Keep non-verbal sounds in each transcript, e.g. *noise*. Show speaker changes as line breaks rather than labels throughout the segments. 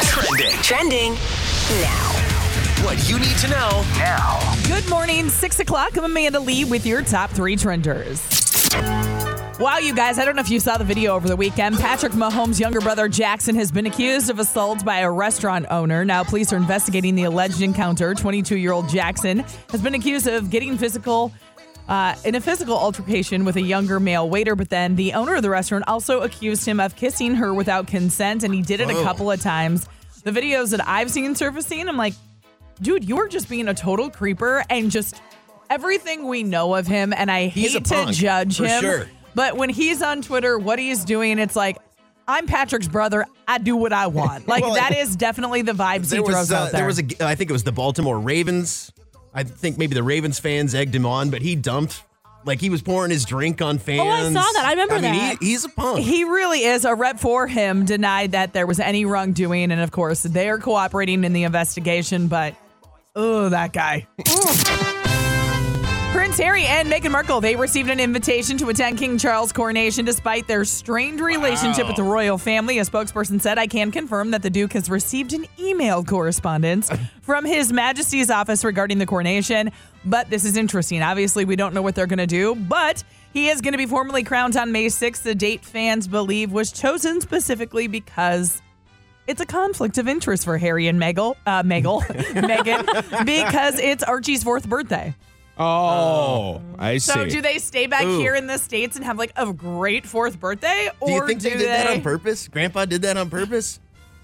Trending.
Trending now.
What you need to know now.
Good morning, six o'clock. I'm Amanda Lee with your top three trenders. Wow, you guys, I don't know if you saw the video over the weekend. Patrick Mahomes' younger brother Jackson has been accused of assault by a restaurant owner. Now, police are investigating the alleged encounter. 22 year old Jackson has been accused of getting physical. Uh, in a physical altercation with a younger male waiter, but then the owner of the restaurant also accused him of kissing her without consent, and he did it a couple of times. The videos that I've seen surfacing, I'm like, dude, you're just being a total creeper and just everything we know of him. And I
He's a
hate to
punk,
judge
for
him,
sure.
but when he's on Twitter, what he's doing, it's like, I'm Patrick's brother. I do what I
*laughs*
want. Like
Well,
that is definitely the vibes he
There
throws
was uh,
out there.
there was a g- I think it was the Baltimore Ravens. I think maybe the Ravens fans egged him on, but he dumped like he was pouring his drink on
Oh,
fans.
saw that. I remember
I mean,
that.
He, he's a punk.
he really is. A rep for him denied that there was any wrongdoing, and of course, they are cooperating in the investigation. But oh, that guy. Prince Harry and Meghan Markle, they received an invitation to attend King Charles' coronation despite their strained relationship with the royal family. A spokesperson said, I can confirm that the Duke has received an email correspondence from His Majesty's office regarding the coronation. But this is interesting. Obviously, we don't know what they're going to do, but he is going to be formally crowned on May 6th, the date fans believe was chosen specifically because it's a conflict of interest for Harry and Meghan, uh, Meghan, Meghan, because it's Archie's fourth birthday.
Oh, I see.
So do they stay back
Ooh.
here in the states and have like a great fourth birthday, or
do you think
do
they did that on purpose? Grandpa did that on purpose.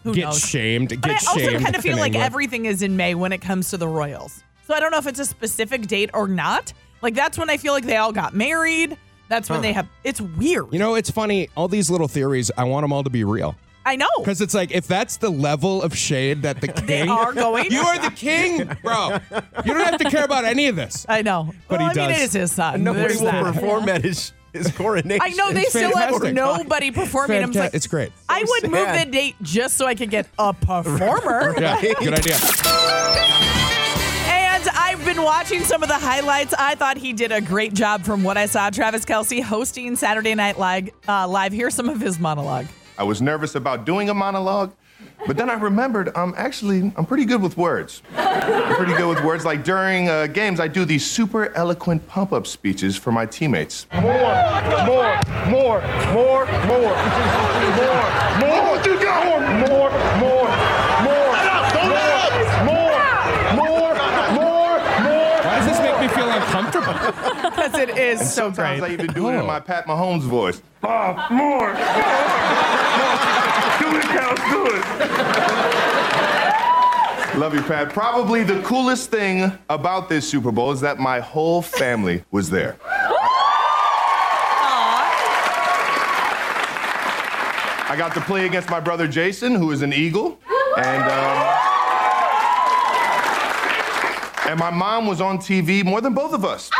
Who
get
knows?
shamed? Get
But I also
shamed.
kind of feel
in
like
England.
everything is in May when it comes to the Royals. So I don't know if it's a specific date or not. Like that's when I feel like they all got married. That's when they have. It's weird.
You know, it's funny. All these little theories. I want them all to be real.
I know.
Because it's like, if that's the level of shade
*laughs*
that the king,
are going.
*laughs* You are the king, bro. You don't have to care about any of this.
I know.
But
well,
he
I mean,
does.
it is his son.
Nobody
There's
will
that.
perform at his
*laughs*
his coronation.
I know they
It's
still have
fantastic.
nobody performing. I'm
Fantastic.
like,
it's great.
I would move
sad.
the date just so I could get
*laughs*
a performer.
Yeah, good idea.
And I've been watching some of the highlights. I thought he did a great job from what I saw. Travis Kelsey hosting Saturday Night Live. Uh, live. Here's some of his monologue.
I was nervous about doing a monologue, but then I remembered I'm actually I'm pretty good with words. I'm pretty good with words. Like during uh, games, I do these super eloquent pump-up speeches for my teammates. More, more, more, more, more, more, more. What you got? More, more, more, more. More, more, more, more.
Why does this make me feel uncomfortable?
*laughs* Because it is so
Sometimes I
great.
even do it
Oh.
in my Pat Mahomes voice. Bob, Oh, *laughs* more. more. Do it, Cows, do it. Love you, Pat. Probably the coolest thing about this Super Bowl is that my whole family was there. I got to play against my brother Jason, who is an Eagle, and. Um, and my mom was on TV more than both of us.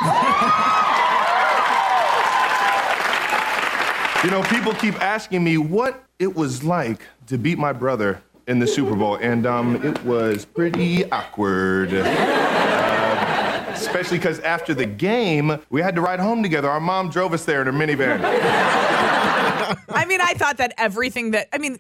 You know, people keep asking me what it was like to beat my brother in the Super Bowl, and um, it was pretty awkward. Uh, especially because after the game, we had to ride home together. Our mom drove us there in her minivan.
I mean, I thought that everything that, I mean,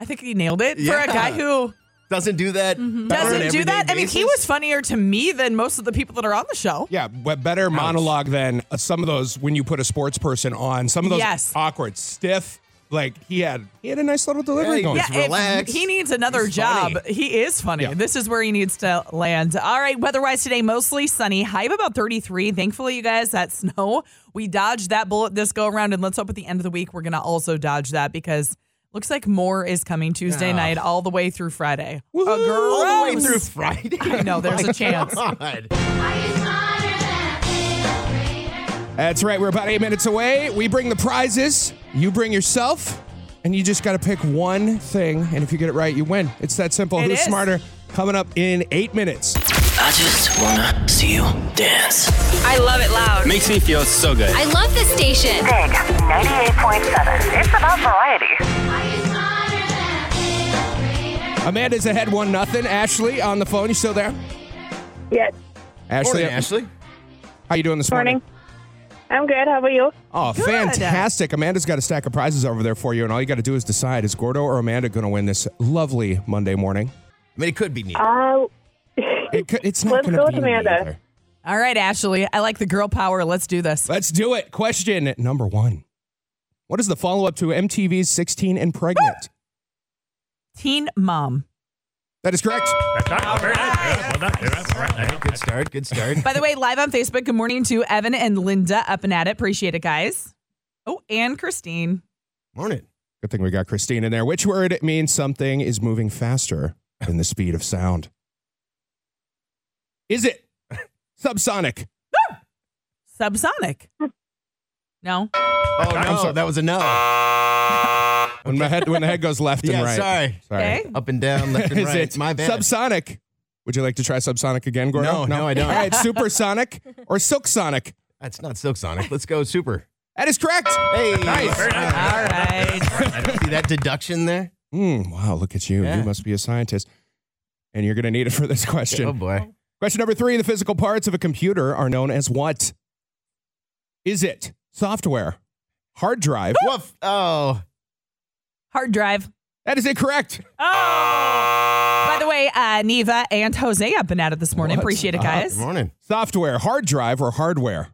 I think he nailed it
Yeah.
for a guy who
Doesn't do that.
Mm-hmm. doesn't do that. I mean, he was funnier to me than most of the people that are on the show.
Yeah, but better monologue than uh, some of those when you put a sports person on. Some of those
Yes.
awkward, stiff. Like he had, he had a nice little
Yeah,
delivery
he
going.
was-
if
relaxed.
He needs another
He's
job.
funny.
He is funny.
Yeah.
This is where he needs to land. All right, weather-wise today, mostly sunny. High of about 33. Thankfully, you guys, that snow, we dodged that bullet this go around. And let's hope at the end of the week we're gonna also dodge that because looks like more is coming Tuesday night all the way through Friday. A girl
all the way through Friday.
*laughs* I
*laughs*
know, there's
My
a
*laughs*
chance.
God.
That's right. We're about eight minutes away. We bring the prizes. You bring yourself. and you just got to pick one thing, and if you get it right, you win. It's that simple.
It
Who's
is.
smarter? Coming up in eight minutes.
I just wanna see you dance.
I love it loud.
Makes me feel so good.
I love this station.
Dig 98.7. It's about variety.
Amanda's ahead one nothing. Ashley on the phone. You still there?
Yes.
Ashley,
Morning, Ashley.
how you doing this morning?
Morning. I'm good. How about you?
Oh, fantastic! Amanda's got a stack of prizes over there for you, and all you got to do is decide: is Gordo or Amanda going to win this lovely Monday morning?
I mean, it could be neat.
Uh,
It, could- it's not
Let's
going to
go
be
with Amanda.
either.
All right, Ashley. I like the girl power. Let's do this.
Let's do it. Question number one: What is the follow-up to MTV's "16 and Pregnant"?
Teen Mom.
that is correct.
Good start.
*laughs*
Good start.
By the way, live on Facebook, good morning to Evan and Linda up and at it. Appreciate it, guys. Oh, and Christine.
Morning.
Good thing we got Christine in there. Which word means something is moving faster than the speed of sound? Is it subsonic?
Subsonic. No.
Oh no,
sorry.
that was a no.
When my head when the head goes left
yeah,
and right.
sorry.
Sorry.
Okay.
Up and down,
*laughs*
left
*laughs*
and
Is
right.
it
My bad.
subsonic? Would you like to try subsonic again, Gordon?
No, no, I don't.
All right, supersonic or silksonic?
That's not Silk Sonic. Let's go super.
That is correct.
Hey,
Nice.
All
All
right.
right.
See that deduction there?
Mm, wow, look at you.
Yeah.
You must be a scientist. And you're going to need it for this question.
Oh boy.
Question number three The physical parts of a computer are known as what? Is it software, hard drive?
Woof. Oh.
Hard drive.
That is incorrect.
By the way, uh, Neva and Jose up and at it this morning.
What's
Appreciate it,
up?
Good
guys.
morning.
Software, hard drive, or hardware?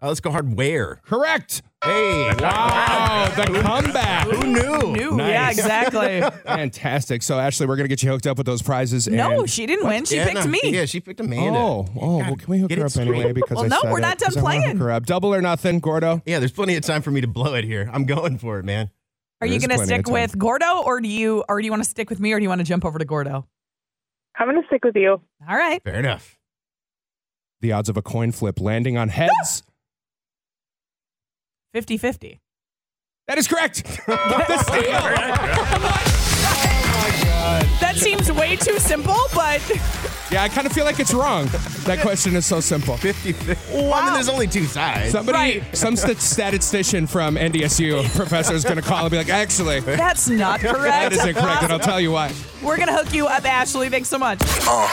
Oh, let's go hardware.
Correct.
Hey.
Wow, the comeback.
Who knew?
New. Yeah,
*laughs*
exactly. *laughs*
Fantastic. So, Ashley, we're going to get you hooked up with those prizes.
no,
and-
she didn't win. She
Yeah,
picked
no,
me.
Yeah, she picked Amanda.
Oh, oh, well, can we hook
get
her
it
up anyway?
straight.
Because
Well,
I
no,
said
we're
it,
not
'cause
done
I wanna
playing.
Hook her up. Double or nothing, Gordo.
Yeah, there's plenty of time for me to blow it here. I'm going for it, man.
Are you
There's
going to
plenty of
stick
time.
with Gordo or do you or do you want to stick with me or do you want to jump over to Gordo?
I'm going to stick with you.
All right.
Fair enough.
The odds of a coin flip landing on heads.
50-50.
that is correct. *laughs* the steal.
That seems way too simple, but *laughs*
Yeah, I kind of feel like it's wrong. That question is so simple.
50 Wow. I mean, there's only two sides.
Somebody,
Right.
some stat- statistician from NDSU professor is going to call and be like, actually, that *laughs*
that's not correct.
isn't correct, and I'll tell you why.
We're going to hook you up, Ashley. Thanks so much.
Oh.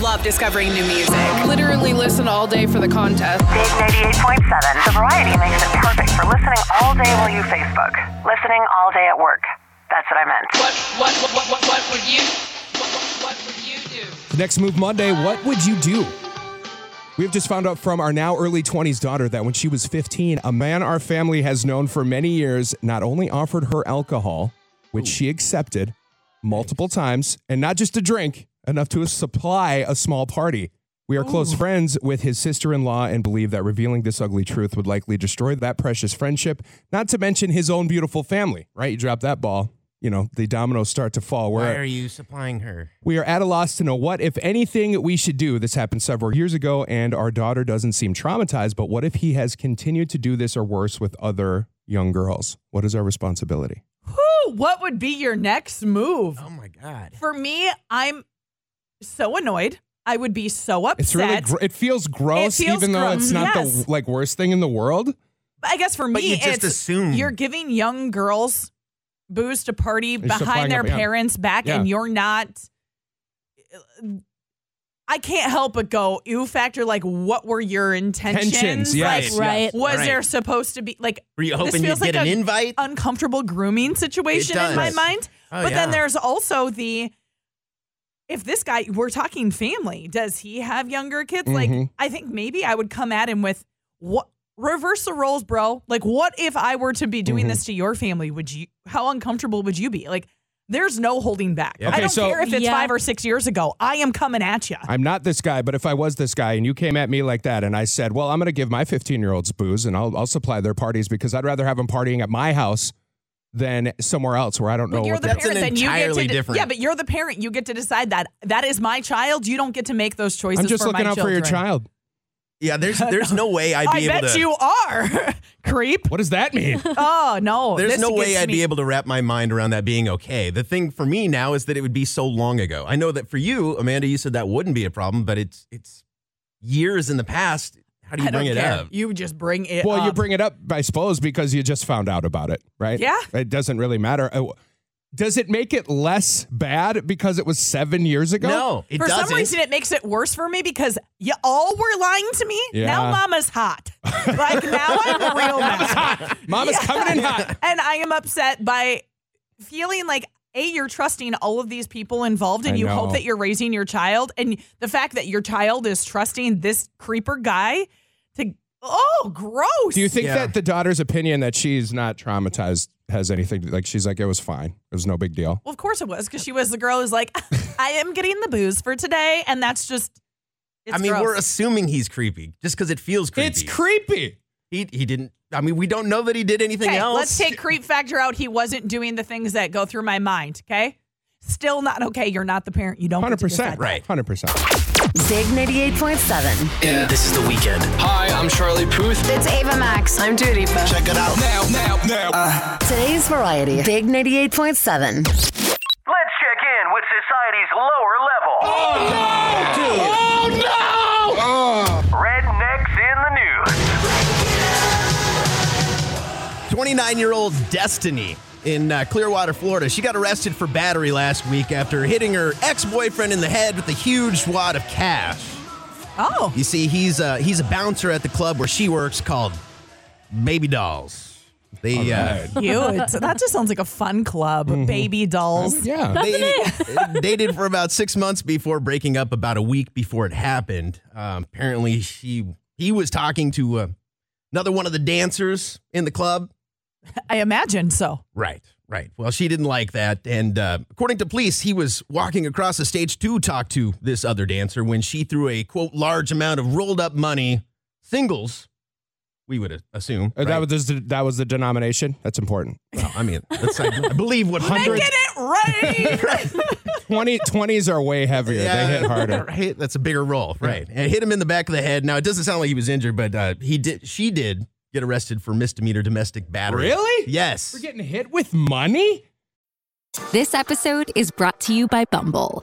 Love discovering new music.
Literally listen all day for the contest.
Dig 98.7. The variety makes it perfect for listening all day while you Facebook. Listening all day at work. That's what I meant.
What what what what what, what would you what, what, what would you do?
Next Move Monday, what would you do? We've just found out from our now early 20s daughter that when she was 15, a man our family has known for many years not only offered her alcohol, which she accepted multiple times, and not just a drink, enough to supply a small party. We are close friends with his sister in law and believe that revealing this ugly truth would likely destroy that precious friendship, not to mention his own beautiful family, right? You drop that ball, you know, the dominoes start to fall. We're-
Why are you supplying her?
we are at a loss to know what, if anything, we should do. This happened several years ago, and our daughter doesn't seem traumatized, but what if he has continued to do this or worse with other young girls? What is our responsibility?
Whew, what would be your next move?
Oh my God.
For me, I'm so annoyed. I would be so upset.
It's really, gr- it feels gross,
feels
even though
gross,
it's not
yes.
the like worst thing in the world.
I guess for me,
But you just
it's
assume.
you're giving young girls booze to party
supplying
behind their
it, yeah.
parents' back, and
Yeah.
you're not. I can't help but go ew factor. Like, what were your intentions?
Tensions, yes,
Like,
Right.
Was
Right.
there supposed to be like?
Were you
this
hoping you'd
feels like
get an
a
invite?
Uncomfortable grooming situation in my
does.
mind.
Oh,
but then
yeah.
there's also the if this guy we're talking family, does he have younger kids? Like
Mhm.
I think maybe I would come at him with what reverse the roles, bro. Like what if I were to be doing
Mhm.
this to your family? Would you how uncomfortable would you be? Like there's no holding back.
Yeah.
I
Okay,
don't
so-
care if it's
Yeah.
5 or 6 years ago. I am coming at you.
I'm not this guy, but if I was this guy and you came at me like that and I said, well, I'm going to give my 15 year olds booze and I'll, I'll supply their parties because I'd rather have them partying at my house than somewhere else where I don't know
But you're
what
the
they-
That's an
parent, then you get
entirely
to de-
different-
yeah. But you're the parent, you get to decide that. That is my child. You don't get to make those choices.
I'm just
for
looking
my
out for your
children.
child.
*laughs*
Yeah, there's there's no way I'd
I
be able
bet
to.
you are. *laughs* Creep.
What does
*laughs*
that mean?
Oh, no.
There's
this
no way
gets
I'd
me.
be able to wrap my mind around that being okay. The thing for me now is that it would be so long ago. I know that for you, Amanda, you said that wouldn't be a problem, but it's it's years in the past. How do you
I
bring
don't
it
care.
up?
You just bring it
Well,
up.
Um,
you bring it up, I suppose, because you just found out about it, right?
Yeah.
It doesn't really matter. Oh, Does it make it less bad because it was seven years ago?
No, it
for
doesn't.
some reason, it makes it worse for me because you all were lying to me.
Yeah.
Now Mama's
*laughs*
hot. like now I'm real mad,
*laughs* Mama's coming in hot.
and I am upset by feeling like a you're trusting all of these people involved, and
I
you
know.
hope that you're raising your child, and the fact that your child is trusting this creeper guy to oh gross.
Do you think
Yeah.
that the daughter's opinion that she's not traumatized has anything? Like she's like, it was fine. It was no big deal.
Well, of course it was because she was the girl who's like, I am getting the booze for today, and that's just. It's
I mean,
gross.
we're assuming he's creepy just because it feels creepy.
It's creepy.
he he didn't. I mean, we don't know that he did anything
Okay,
else.
let's take creep factor out. He wasn't doing the things that go through my mind. Okay, still not okay. You're not the parent. You don't. get to
Hundred
decide
percent.
that.
Right.
Hundred percent.
Zig 98.7.
Yeah, this is the weekend.
Hi, I'm Charlie Puth.
It's Ava Max. I'm Judy.
Check it out now, now, now.
Today's variety. Big 98.7.
Let's check in with society's lower level. Oh, no, dude. Oh, no. Rednecks in the news.
29 year old Destiny in uh, Clearwater, Florida. She got arrested for battery last week after hitting her ex boyfriend in the head with a huge wad of cash.
Oh,
You see, he's a, he's a bouncer at the club where she works called Baby Dolls. They, uh,
cute. that just sounds like a fun club.
Mm-hmm.
Baby dolls.
Oh, Yeah.
*laughs* they dated for about six months before breaking up about a week before it happened. Um, apparently, she he was talking to uh, another one of the dancers in the club.
I imagine so.
Right, right. Well, she didn't like that. And uh, according to police, he was walking across the stage to talk to this other dancer when she threw a, quote, large amount of rolled up money, singles, we would a- assume.
Uh, That
right?
was the, that was the denomination. That's important.
Well, I mean, that's, I, I believe what
Making
hundred. *laughs*
it rain.
20, 20s are way heavier. They hit
*laughs*
harder.
Right? That's a bigger roll, right? And it hit him in the back of the head. Now it doesn't sound like he was injured, but uh, he did. She did get arrested for misdemeanor domestic battery.
Really?
Yes.
We're getting hit with money.
This episode is brought to you by Bumble.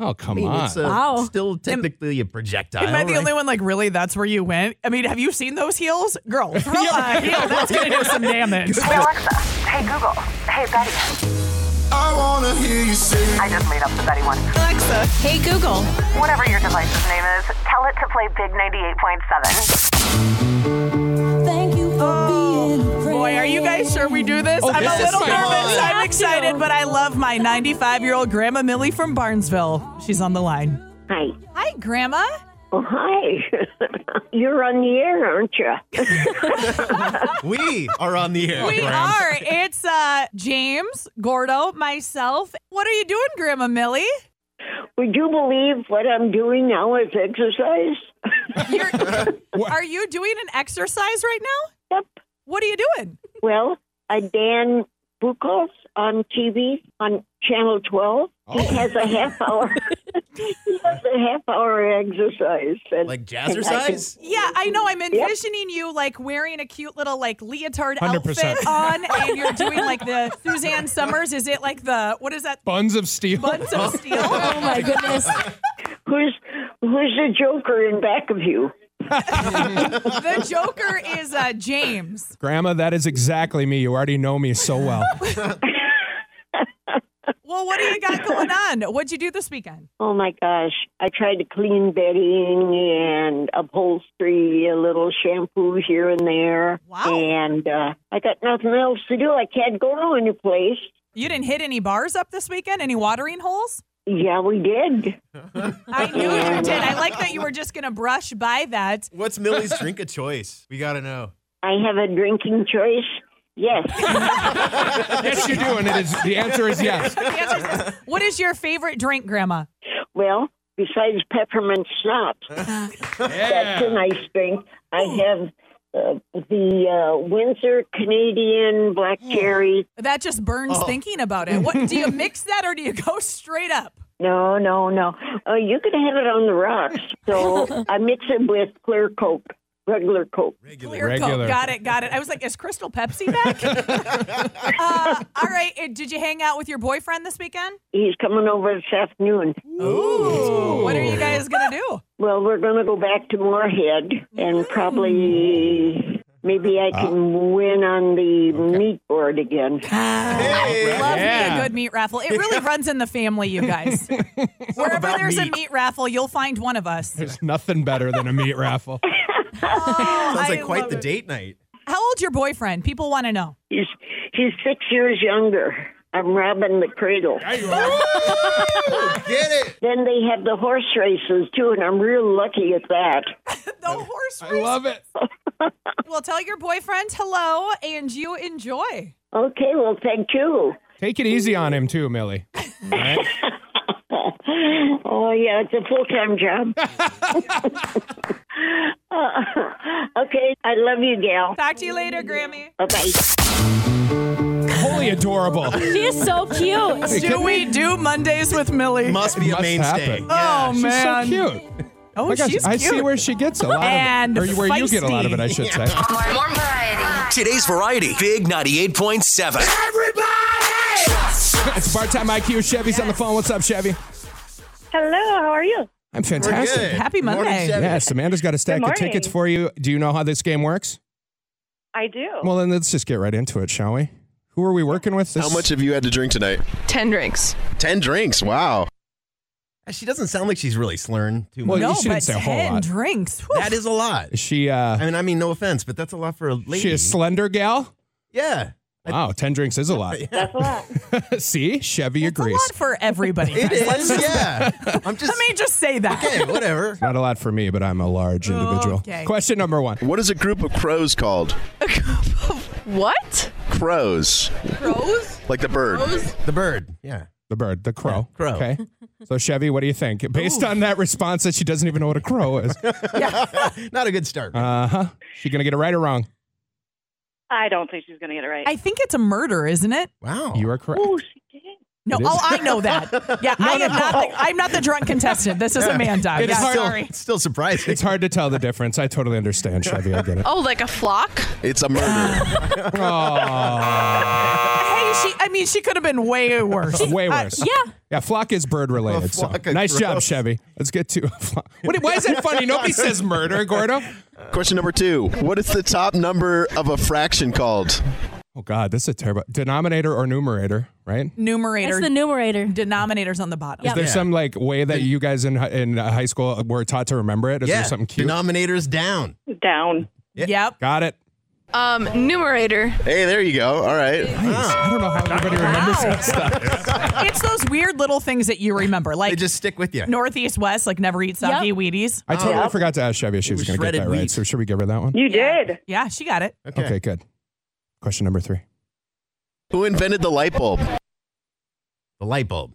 Oh come
I mean,
on.
it's, uh,
Wow.
Still technically a projectile.
Am I the
right?
only one? Like, really? That's where you went? I mean, have you seen those heels,
*laughs*
girl? Throw a heel. That's gonna do some damage.
Hey, Alexa. Hey, Google. Hey, Betty.
I wanna hear you sing.
I just made up the Betty one.
Alexa. Hey, Google.
Whatever your device's name is, tell it to play Big 98.7.
Boy, are you guys sure we do this? I'm
Oh, this
a
is
little
my
nervous.
mom.
I'm excited, but I love my 95 year old Grandma Millie from Barnesville. She's on the line.
Hi.
Hi, Grandma.
Oh, hi. *laughs* You're on the air, aren't you?
We are on the air.
We
Graham.
are. It's uh, James, Gordo, myself. What are you doing, Grandma Millie?
Would you believe what I'm doing now is exercise?
*laughs*
You're, *laughs* are you doing an exercise right now?
Yep.
What are you doing?
Well, uh, Dan Buchholz on TV on Channel 12. He has a half hour. *laughs* he has a half hour exercise. And,
Like
jazzercise?
jazzercise?
Yeah, I know. I'm envisioning you like wearing a cute little like leotard
100%.
outfit on, and you're
*laughs*
doing like the Suzanne Summers. Is it like the what is that?
Buns of steel.
Buns of steel.
*laughs* Oh my goodness.
who's who's the Joker in back of you?
The Joker is uh, James.
Grandma, that is exactly me. You already know me so well.
Well, what do you got going on? What'd you do this weekend?
Oh my gosh! I tried to clean bedding and upholstery, a little shampoo here and there.
Wow.
And uh, I got nothing else to do. I can't go to any place.
You didn't hit any bars up this weekend? Any watering holes?
Yeah, we did.
I knew *laughs* you did. I like that you were just going to brush by that.
What's Millie's drink of choice? We gotta know.
I have a drinking choice. Yes.
yes, you do, and it is, the answer is yes.
What is your favorite drink, Grandma?
Well, besides peppermint schnapps, that's a nice drink. I have uh, the uh, Windsor Canadian Black Cherry.
That just burns
Oh.
thinking about it. What do you mix that or do you go straight up?
No, no, no. Uh, you can have it on the rocks. So I mix it with clear Coke, regular Coke.
Clear Coke. Got it, got it. I was like, is Crystal Pepsi *laughs* back? uh, all right. uh, Did you hang out with your boyfriend this weekend?
He's coming over this afternoon.
What are you guys going to do?
Well, we're going to go back to Moorhead and probably maybe I can win on the meat board again.
Love me a good meat raffle. It really runs in the family, you
*laughs*
guys. Wherever there's a meat raffle, you'll find one of us.
There's nothing better than a meat raffle.
Sounds like
I
quite
love
the
it.
date night.
How old's your boyfriend? People want to know.
He's he's six years younger. I'm robbing the cradle.
Get it.
Then they have the horse races too, and I'm real lucky at that.
The
Uh,
horse
I love it.
Well, tell your boyfriend hello and you enjoy.
Okay, well, thank you. *laughs*
Take it easy on him too, Millie. All right.
Oh yeah, it's a full time
*laughs*
job. *laughs* Uh, okay, I love you, gal.
Talk to you later, Grammy.
Bye bye.
Holy adorable.
She is so cute.
Do we do Mondays with Millie?
Must be
Must
a mainstay.
happen.
oh,
She's
man.
so cute.
Oh,
My gosh,
she's
I
cute.
see where she gets a lot
And
of it. Or where you get a lot of it, I should say.
*laughs*
*laughs*
More variety.
Today's variety, Big 98.7.
It's bar time IQ. Chevy's on the phone. What's up, Chevy?
Hello, how are you?
I'm
We're good.
fantastic.
Happy
Morning,
Monday.
Chevy.
Yes, Amanda's got a stack of
morning.
tickets for you. Do you know how this game works?
I do.
Well, then let's just get right into it, shall we? Who are we working with? This
How much have you had to drink tonight?
10 drinks.
10 drinks. Wow.
She doesn't sound like she's really slurring too
Well,
much.
you
no,
shouldn't
but
say a whole
10
lot.
drinks. Whew.
That is a lot.
Is she uh
I mean, I mean, no offense, but that's a lot for a lady.
she a slender gal?
yeah.
Wow, 10 drinks is a lot.
That's a lot.
*laughs* See? Chevy
It's a
agrees.
lot for
*laughs*
everybody.
It
guys. Let's
is,
just-
yeah. I'm just
Let me just say that.
okay, whatever.
Not a lot for me, but I'm a large individual.
Okay.
Question number 1.
What is a group of crows called?
What?
Crows.
Crows?
Like the bird.
The bird. Yeah. *laughs*
The bird, the crow.
Yeah, crow.
Okay. So Chevy, what do you think? Based on that response that she doesn't even know what a crow is.
Not a good start.
Uh-huh. She going to get it right or wrong?
I don't think she's going to get it right.
*laughs* I think it's a murder, isn't it?
wow.
You are correct.
oh, she did.
No,
It is.
oh, I know that.
*laughs*
Yeah, I am not. The, I'm not the drunk contestant. This is Amanda.
It is
yeah,
hard-
still,
sorry.
it's still surprising.
It's hard to tell the difference. I totally understand, Chevy. I get it.
Oh, like a flock?
It's a
*laughs*
murder.
Oh,
Hey, she. I mean, she could have been way worse.
*laughs*
Uh,
way
I-
worse.
yeah.
Yeah, flock is bird
A
related. So.
flock of
Nice job,
crows.
Chevy. Let's get to flock. What, why is that funny? Nobody says murder, Gordo.
Question number two. What is the top number of a fraction called?
Oh, God, this is a terrible. Denominator or numerator, right?
numerator,
It's the numerator.
denominators on the bottom.
Yep.
There's
Yeah.
some like way that you guys in hi- in uh, high school were taught to remember it. Is
yeah.
there something cute?
Denominators down.
Down.
Yep.
Got it.
Um, numerator.
Hey, there you go. All right.
Nice. I don't know how everybody remembers
Wow.
that stuff.
it's those weird little things that you remember,
They
like
just stick with you.
northeast, west, like never eat soggy
Yep.
Wheaties.
I totally
Yeah.
forgot to ask Chevy if she
It
was,
was
going to get that
shredded
right.
wheat.
So should we give her that one?
You did.
Yeah, she got it.
Okay.
okay, good. Question number three.
Who invented the light bulb?
The light bulb.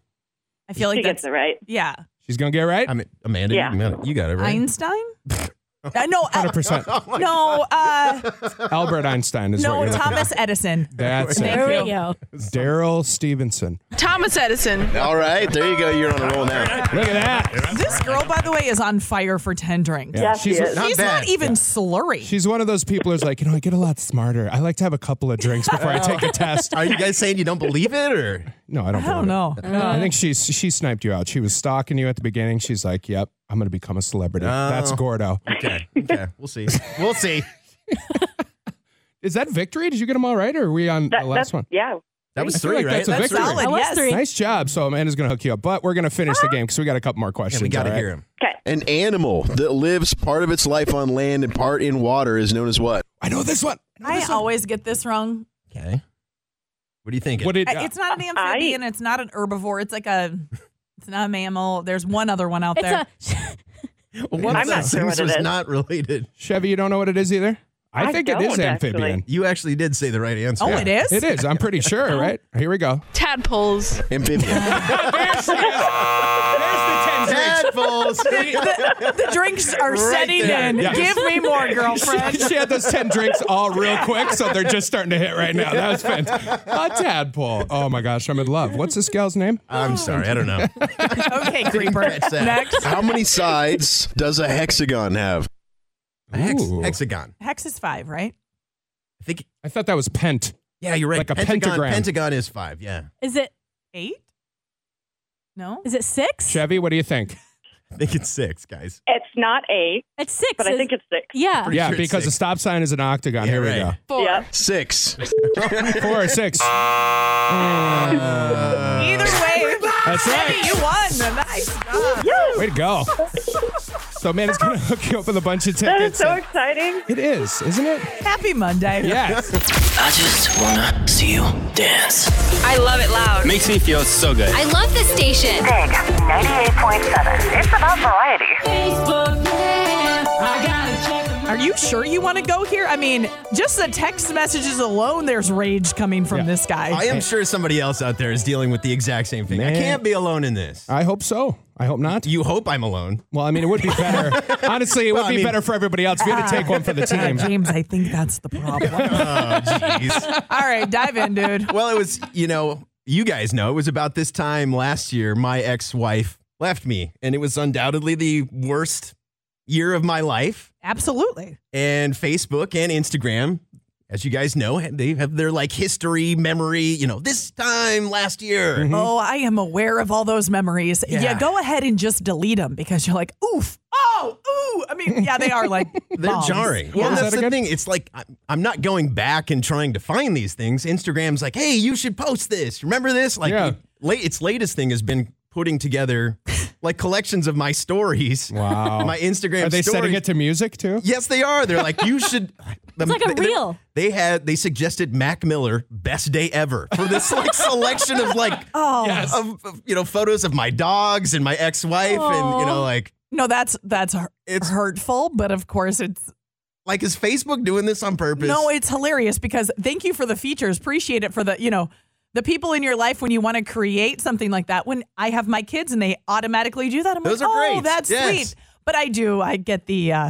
I feel
She
like
gets
that's
it right.
yeah.
She's going to get it right?
I mean, Amanda,
Yeah.
you, got it- you got it right.
Einstein.
*laughs*
Uh, no, uh,
100%.
Oh my
no,
*laughs*
uh,
Albert Einstein is what
no,
you're looking
Thomas Edison.
at. That's
There
it.
we go.
Daryl Stevenson.
Thomas Edison.
All right. There you go. You're on a roll now.
Look at that.
This girl, by the way, is on fire for ten drinks.
Yes,
she's,
she is.
Not
She's
bad.
not even slurry.
she's one of those people who's like, you know, I get a lot smarter. I like to have a couple of drinks before I take a
*laughs*
test.
*laughs* Are you guys saying you don't believe it or?
No, I don't.
I don't
believe it.
know.
I think she's she sniped you out. She was stalking you at the beginning. She's like, "Yep, I'm going to become a celebrity." That's
Oh.
Gordo.
Okay. Okay. We'll see. We'll see.
Is that victory? Did you get them all right, or are we on
That-
the last
that's-
one?
Yeah.
That was
I feel
three,
like
right?
that's a victory.
solid.
That was
yes.
three.
Nice job. So Amanda's going to hook you up, but we're going to finish the game because we got a couple more
Yeah,
questions.
we got to
all right?
hear him.
An animal that lives part of its life on land and part in water is known as what?
I know this one.
I always get this wrong.
Okay. What do you think?
What did?
I- It's not an
I-
amphibian. it's not an herbivore. It's like a. It's not a mammal. There's one other one out
It's
there.
a.
Well, one
I'm
uh,
of those
not sure
things
what it
was
is.
not related.
Chevy, you don't know what it is either. I think it is amphibian.
You actually did say the right answer.
Oh,
Yeah. It is. I'm pretty sure, right? Here we go.
Tadpoles.
Amphibian.
*laughs* Tadpoles.
the, the
*laughs*
drinks are
Right
setting
there.
in.
Yeah.
Give me
*laughs*
more, girlfriend.
she had those 10 drinks all real quick, so they're just starting to hit right now. That was fantastic. A tadpole. Oh my gosh, I'm in love. What's this gal's name?
*laughs* I'm sorry. I don't *laughs* know.
okay, creeper. Next.
How many sides does a hexagon have?
Hex- hexagon.
Hex is five, right?
I think.
I thought that was pent.
Yeah, you're right.
Like a
pentagon,
pentagram.
Pentagon is five. Yeah.
Is it
eight?
No. Is it six?
Chevy, what do you think?
I think it's six, guys.
It's not eight. It's six.
But I think it's six.
Yeah.
yeah, because a stop sign is an octagon. Here we go.
Four.
Six.
Four
*laughs*
or six. Uh,
Either way,
That's right.
Hey, you won. Nice job.
Way to go. So, man, it's going to *laughs* hook you up with a bunch of tickets.
That is so
exciting.
It is, isn't it?
Happy Monday.
Yes.
I just wanna see you dance.
I love it loud.
Makes me feel so good.
I love this station. Big 98.7. It's about variety. Facebook, I gotta check.
Are you sure you want to go here? I mean, just the text messages alone, there's rage coming from this guy.
*laughs* I am sure somebody else out there is dealing with the exact same thing. I
Man. Uh,
can't be alone in this.
I hope so. I hope not.
You hope I'm alone.
Well, I mean, it would be better. Honestly, it
Well,
would
I
be
mean-
better for everybody else if we had to take one for the
Ah, *laughs*
team.
James, I think that's the problem.
Jeez.
All right, dive in, dude.
well, it was, you know, you guys know, it was about this time last year my ex wife left me, and it was undoubtedly the worst year of my life.
Absolutely.
And Facebook and Instagram, as you guys know, they have their like history, memory, you know, this time last year.
Oh, I am aware of all those memories. Yeah.
Hmm? Yeah.
go ahead and just delete them because you're like, oof, oh, ooh. I mean, yeah, they are like
*laughs* They're
bombs.
jarring. Well,
Yeah.
that's the thing. It's like I- I'm not going back and trying to find these things. Instagram's like, hey, you should post this. Remember this? Like,
Yeah.
late, its latest thing has been putting together like collections of my stories.
Wow.
*laughs* my Instagram.
Are they
stories.
setting it to music too?
Yes, they are. They're like,
*laughs*
you should. It's
like a reel.
They had they suggested Mac Miller best day ever for this like selection of like
Oh,
Yes.
of, of, you know photos of my dogs and my ex wife and you
Aw.
know like
no, that's that's hu-
It's-
hurtful, but of course it's
like is Facebook doing this on purpose?
no, it's hilarious because thank you for the features. Appreciate it for the you know the people in your life when you want to create something like that. When I have my kids and they automatically do that, I'm
Those
like,
are
oh,
great.
that's
Yes.
sweet. But I do, I get the uh,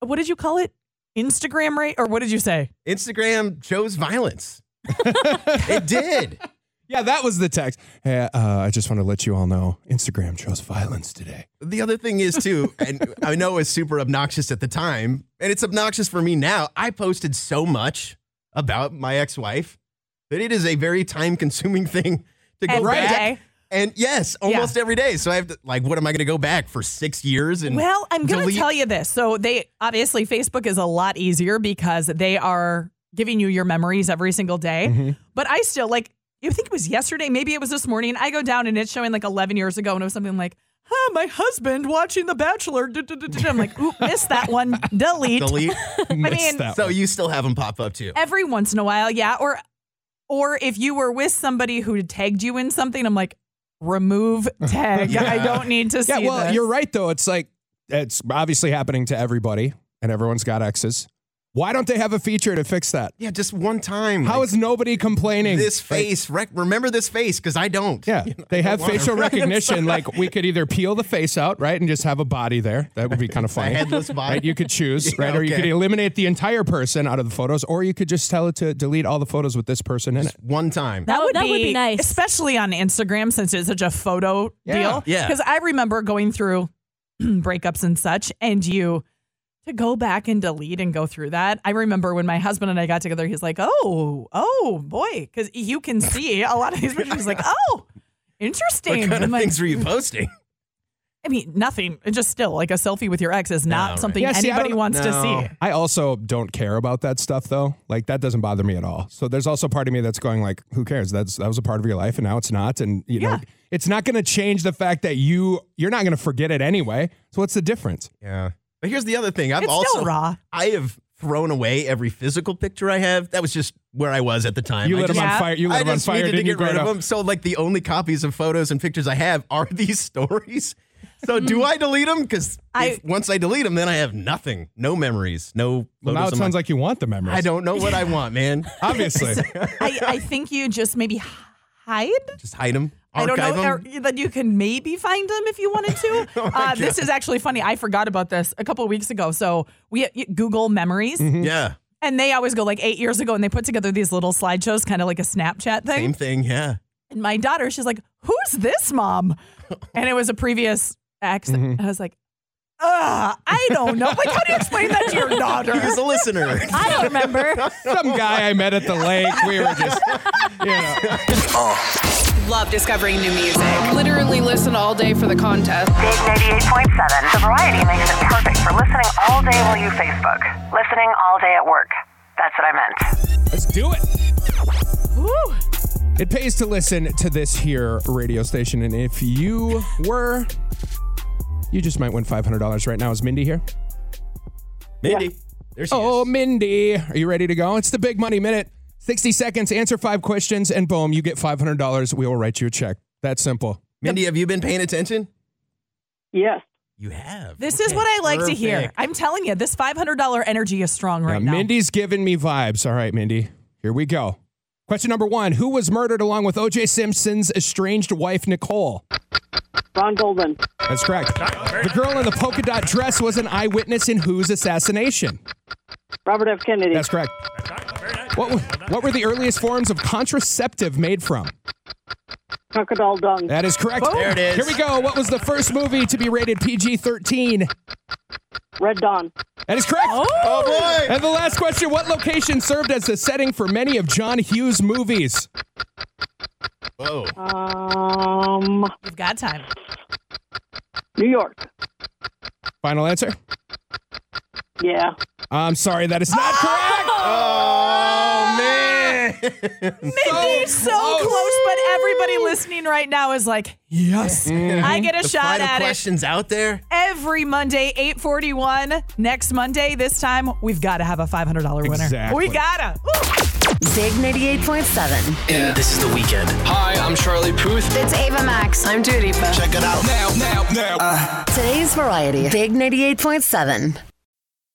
what did you call it? Instagram rate or what did you say?
Instagram chose
*laughs*
violence. it did.
Yeah, that was the text. Hey, uh, I just want to let you all know Instagram chose violence today.
The other thing is too, and I know it's super obnoxious at the time, and it's obnoxious for me now. I posted so much about my ex-wife that it is a very time-consuming thing to go
Every
back.
day.
And yes, almost every day. So I have to like, what am I going to go back for six years? And
Well, I'm going to
delete-
tell you this. So they obviously Facebook is a lot easier because they are giving you your memories every single day.
Mm-hmm.
But I still like you think it was yesterday, maybe it was this morning. I go down and it's showing like 11 years ago and it was something like, "Huh, my husband watching The Bachelor." duh, duh, duh, duh, duh." I'm like, "Oop, missed that
*laughs*
one. Delete." *laughs*
delete.
Missed
mean-
that
so
one.
you still have them pop up too.
Every once in a while, yeah, or or if you were with somebody who tagged you in something, I'm like,
*laughs*
"Remove tag. I don't need to
yeah,
see
well,
this."
you're right though. It's like it's obviously happening to everybody, and everyone's got exes. Why don't they have a feature to fix that?
Yeah, just one time.
How
like,
is nobody complaining?
this
Like,
face? Rec- remember this face because I don't.
yeah, they have
want
facial
*laughs* her.
recognition. Like we could either peel the face out, right, and just have a body there. That would be kind of
A
funny.
headless body.
Right, you
*laughs*
could choose,
Yeah,
right, or you
okay.
could eliminate the entire person out of the photos, or you could just tell it to delete all the photos with this person in it.
one time.
That,
Oh,
would,
that
be,
would be nice.
especially on Instagram since it's such a photo
Yeah.
deal.
Yeah.
because I remember going through *clears throat* breakups and such, and you to go back and delete and go through that. I remember when my husband and I got together, he's like, "Oh, oh boy," because you can see a lot of these pictures. He's like, "Oh, interesting."
What kind
I'm
of
like,
things were you posting? *laughs*
I mean, nothing. It's Just still like a selfie with your ex is not
right.
something
Yeah, see, I
anybody
don't-
wants to
No. *laughs*
see.
I also don't care about that stuff though. Like that doesn't bother me at all. So there's also part of me that's going like, who cares? That's that was a part of your life and now it's not. And you
Yeah.
know, it's not gonna change the fact that you you're not gonna forget it anyway. So what's the difference?
Yeah. But here's the other thing. I've
It's
also
still raw.
I have thrown away every physical picture I have. That was just where I was at the time.
You
I
lit
just,
him
Yeah.
on fire. You
I
lit him on
just
fire.
needed to
Didn't you
get
grow
rid of
up?
*laughs* them. So like the only copies of photos and pictures I have are these stories. So do I delete them? Because
Mm-hmm. I-
once I delete them, then I have nothing, no memories, no.
Well, now it sounds like you want the memories.
*laughs* I don't know what I
*laughs*
want, man. *laughs*
Obviously.
I, I think you just maybe hide.
Just hide them.
I don't know er,
them.
or that you can maybe find them if you wanted to.
my
uh, this
God.
is actually funny. I forgot about this a couple of weeks ago. So we you Google memories.
Yeah.
And they always go like eight years ago, and they put together these little slideshows, kind of like a Snapchat thing.
Same thing. Yeah.
And my daughter, she's like, "Who's this, mom?" And it was a previous ex.
Mhm.
I was like, "Ugh, I don't know. Like, how do you explain that to your daughter?"
He was a listener.
*laughs* I don't remember.
Some guy I met at the lake. We were just, you know.
Love discovering new music. Literally listen all day for the contest.
Big 98.7. The variety makes it perfect for listening all day while you Facebook. Listening all day at work. That's what I meant.
Let's do it. It pays to listen to this here radio station. And if you were, you just might win $500 right now. Is Mindy here?
Mindy.
oh, Mindy. Are you ready to go? It's the big money minute. 60 seconds, answer five questions, and boom, you get $500. We will write you a check. That simple.
Mindy, have you been paying attention?
Yes.
You have.
This is what I like to hear.
perfect.
I'm telling you, this $500 energy is strong
Yeah,
right now.
Mindy's giving me vibes. All right, Mindy. Here we go. Question number one Who was murdered along with OJ Simpson's estranged wife, Nicole?
Ron Goldman.
That's correct. The girl in the polka dot dress was an eyewitness in whose assassination?
Robert F. Kennedy.
That's correct. What, were- what were the earliest forms of contraceptive made from?
Crocodile Dung.
That is correct.
There it is.
Here we go. What was the first movie to be rated PG 13?
Red Dawn.
That is correct. Oh,
boy.
And the last question What location served as the setting for many of John Hughes' movies?
Whoa.
Um,
You've got time.
New York.
Final answer?
Yeah.
I'm sorry, that is not correct.
Oh,
*laughs*
man.
Mindy, so close. but everybody listening right now is like, yes, I get a
The
shot
flight of
at it.
questions out there.
Every Monday, 841. Next Monday, this time, we've got to have a $500 winner.
Exactly.
We gotta.
Zig 98.7.
Yeah, this is the weekend. Hi, I'm Charlie Puth.
It's Ava Max. I'm Judy. Check
it out. Now, now, now.
Today's variety. Big 98.7.